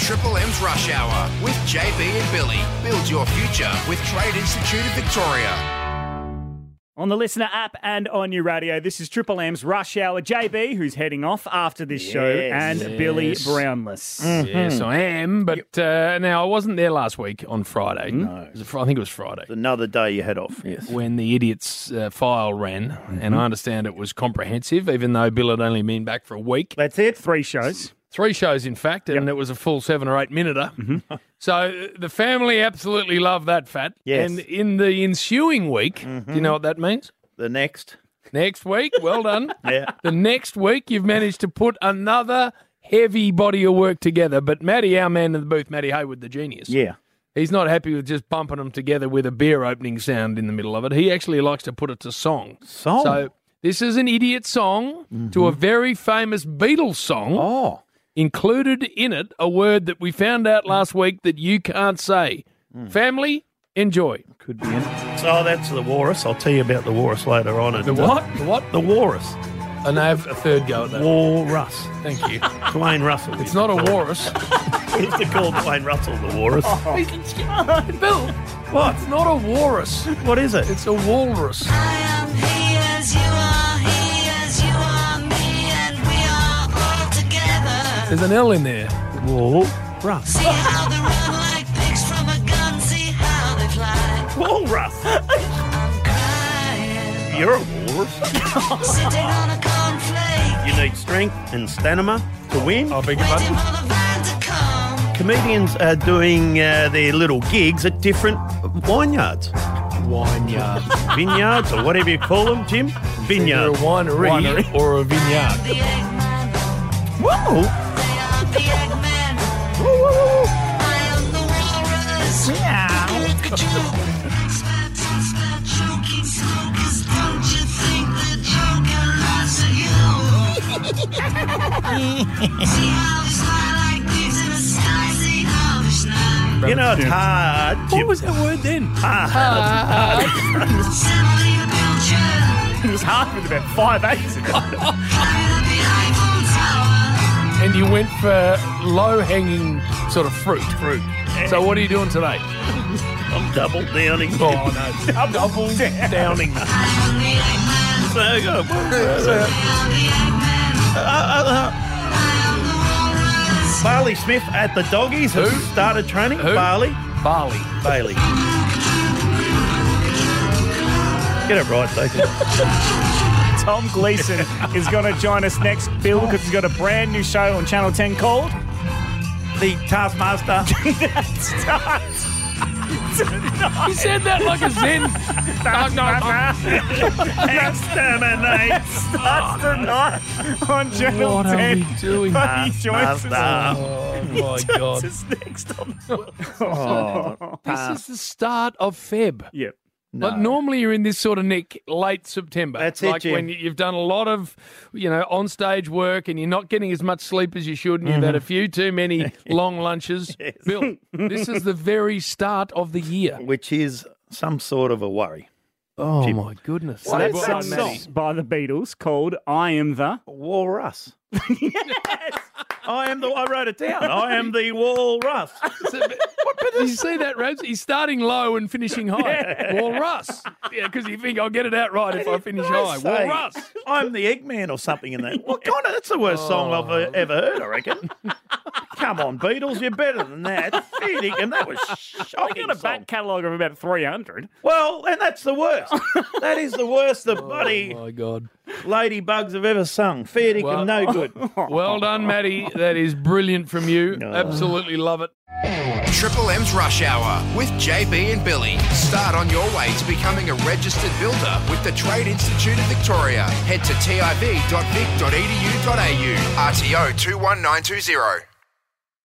Triple M's Rush Hour with JB and Billy. Build your future with Trade Institute of Victoria. On the listener app and on your radio, this is Triple M's Rush Hour. JB, who's heading off after this show, and Yes. Billy Yes. Mm, Brownless. Mm-hmm. Yes, I am. But uh, now I wasn't there last week on Friday. No, I think it was Friday Another day you head off. Yes. when the idiots uh, file ran, Mm-hmm. and I understand it was comprehensive, even though Bill had only been back for a week. That's it. Three shows. Three shows, in fact, and it was a full seven or eight minuter. Mm-hmm. So uh, the family absolutely loved that fat. Yes. Mm-hmm. And in the ensuing week, do you know what that means? The next. Next week, well done. Yeah. The next week, you've managed to put another heavy body of work together. But Matty, our man in the booth, Matty Hayward, the genius, Yeah. he's not happy with just bumping them together with a beer opening sound in the middle of it. He actually likes to put it to song. Song? So this is an idiot song to a very famous Beatles song. Oh. Included in it a word that we found out last week that you can't say. Family, enjoy. Could be in. So that's the walrus. I'll tell you about the walrus later on. The what? The what? The walrus. And I have a third go at that. Walrus. Thank you. Dwayne Russell. It's not a walrus. It's to call Dwayne Russell the walrus. Oh. Bill, What? it's not a walrus. What is it? It's a walrus. I am he as you are, he as you are, me and we are all together. There's an L in there. Walrus. See how they run like pigs from a gun, see how they fly. Walrus. I'm crying, You're a walrus. sitting on a cornflake, You need strength and stamina to win. beg waiting for the van to come. Comedians are doing uh, their little gigs at different vineyards. Vineyard. Vineyards, or whatever you call them, Jim. Either a Vineyard. winery, or a vineyard. The Eggman, Whoa. they are the Eggman. I am the walrus. You know, it's hard. Jim. was that word then? It was hard with about five eights ago. And you went for low hanging sort of fruit. Fruit. So what are you doing today? I'm double downing. Oh no. Double downing. So, uh, Barley Smith at the doggies has Who? started training. Who? Barley. Barley. Bailey. Get it right, Deacon. Tom Gleason is going to join us next, Bill, Oh. because he's got a brand new show on Channel 10 called the Taskmaster. You said that like a Zen. Knock, knock, knock. Exterminate. Starts Tonight on Channel What are 10. we doing? he joins us. Taskmaster. Oh my Joins god. us next on. Oh. This is the start of Feb. Yep. Like normally you're in this sort of nick late September. That's it, like Jim. when you- you've done a lot of, you know, on stage work and you're not getting as much sleep as you should and you've had a few too many long lunches. Bill, this is the very start of the year. Which is some sort of a worry. Oh my goodness. That's They've that got so song many. by the Beatles called I Am the. Walrus. yes. I am the. I wrote it down. I am the walrus. Did you see that, Rabs? He's starting low and finishing high. Walrus. Yeah, because you think I'll get it out right if I finish high. Say, Walrus. I'm the Eggman or something in that. What kind of? That's the worst song I've uh, ever heard. I reckon. Come on, Beatles, you're better than that. Phoenix, and that was I've shocking. got a song. back catalogue of about 300. Well, and that's the worst. that is the worst the bloody Oh my god. ladybugs have ever sung. Fair dinkum, Well- no good. Well done, Maddie. That is brilliant from you. Absolutely love it. Triple M's Rush Hour with JB and Billy. Start on your way to becoming a registered builder with the Trade Institute of E Victoria. Head to tiv.vic.edu.au. RTO 21920.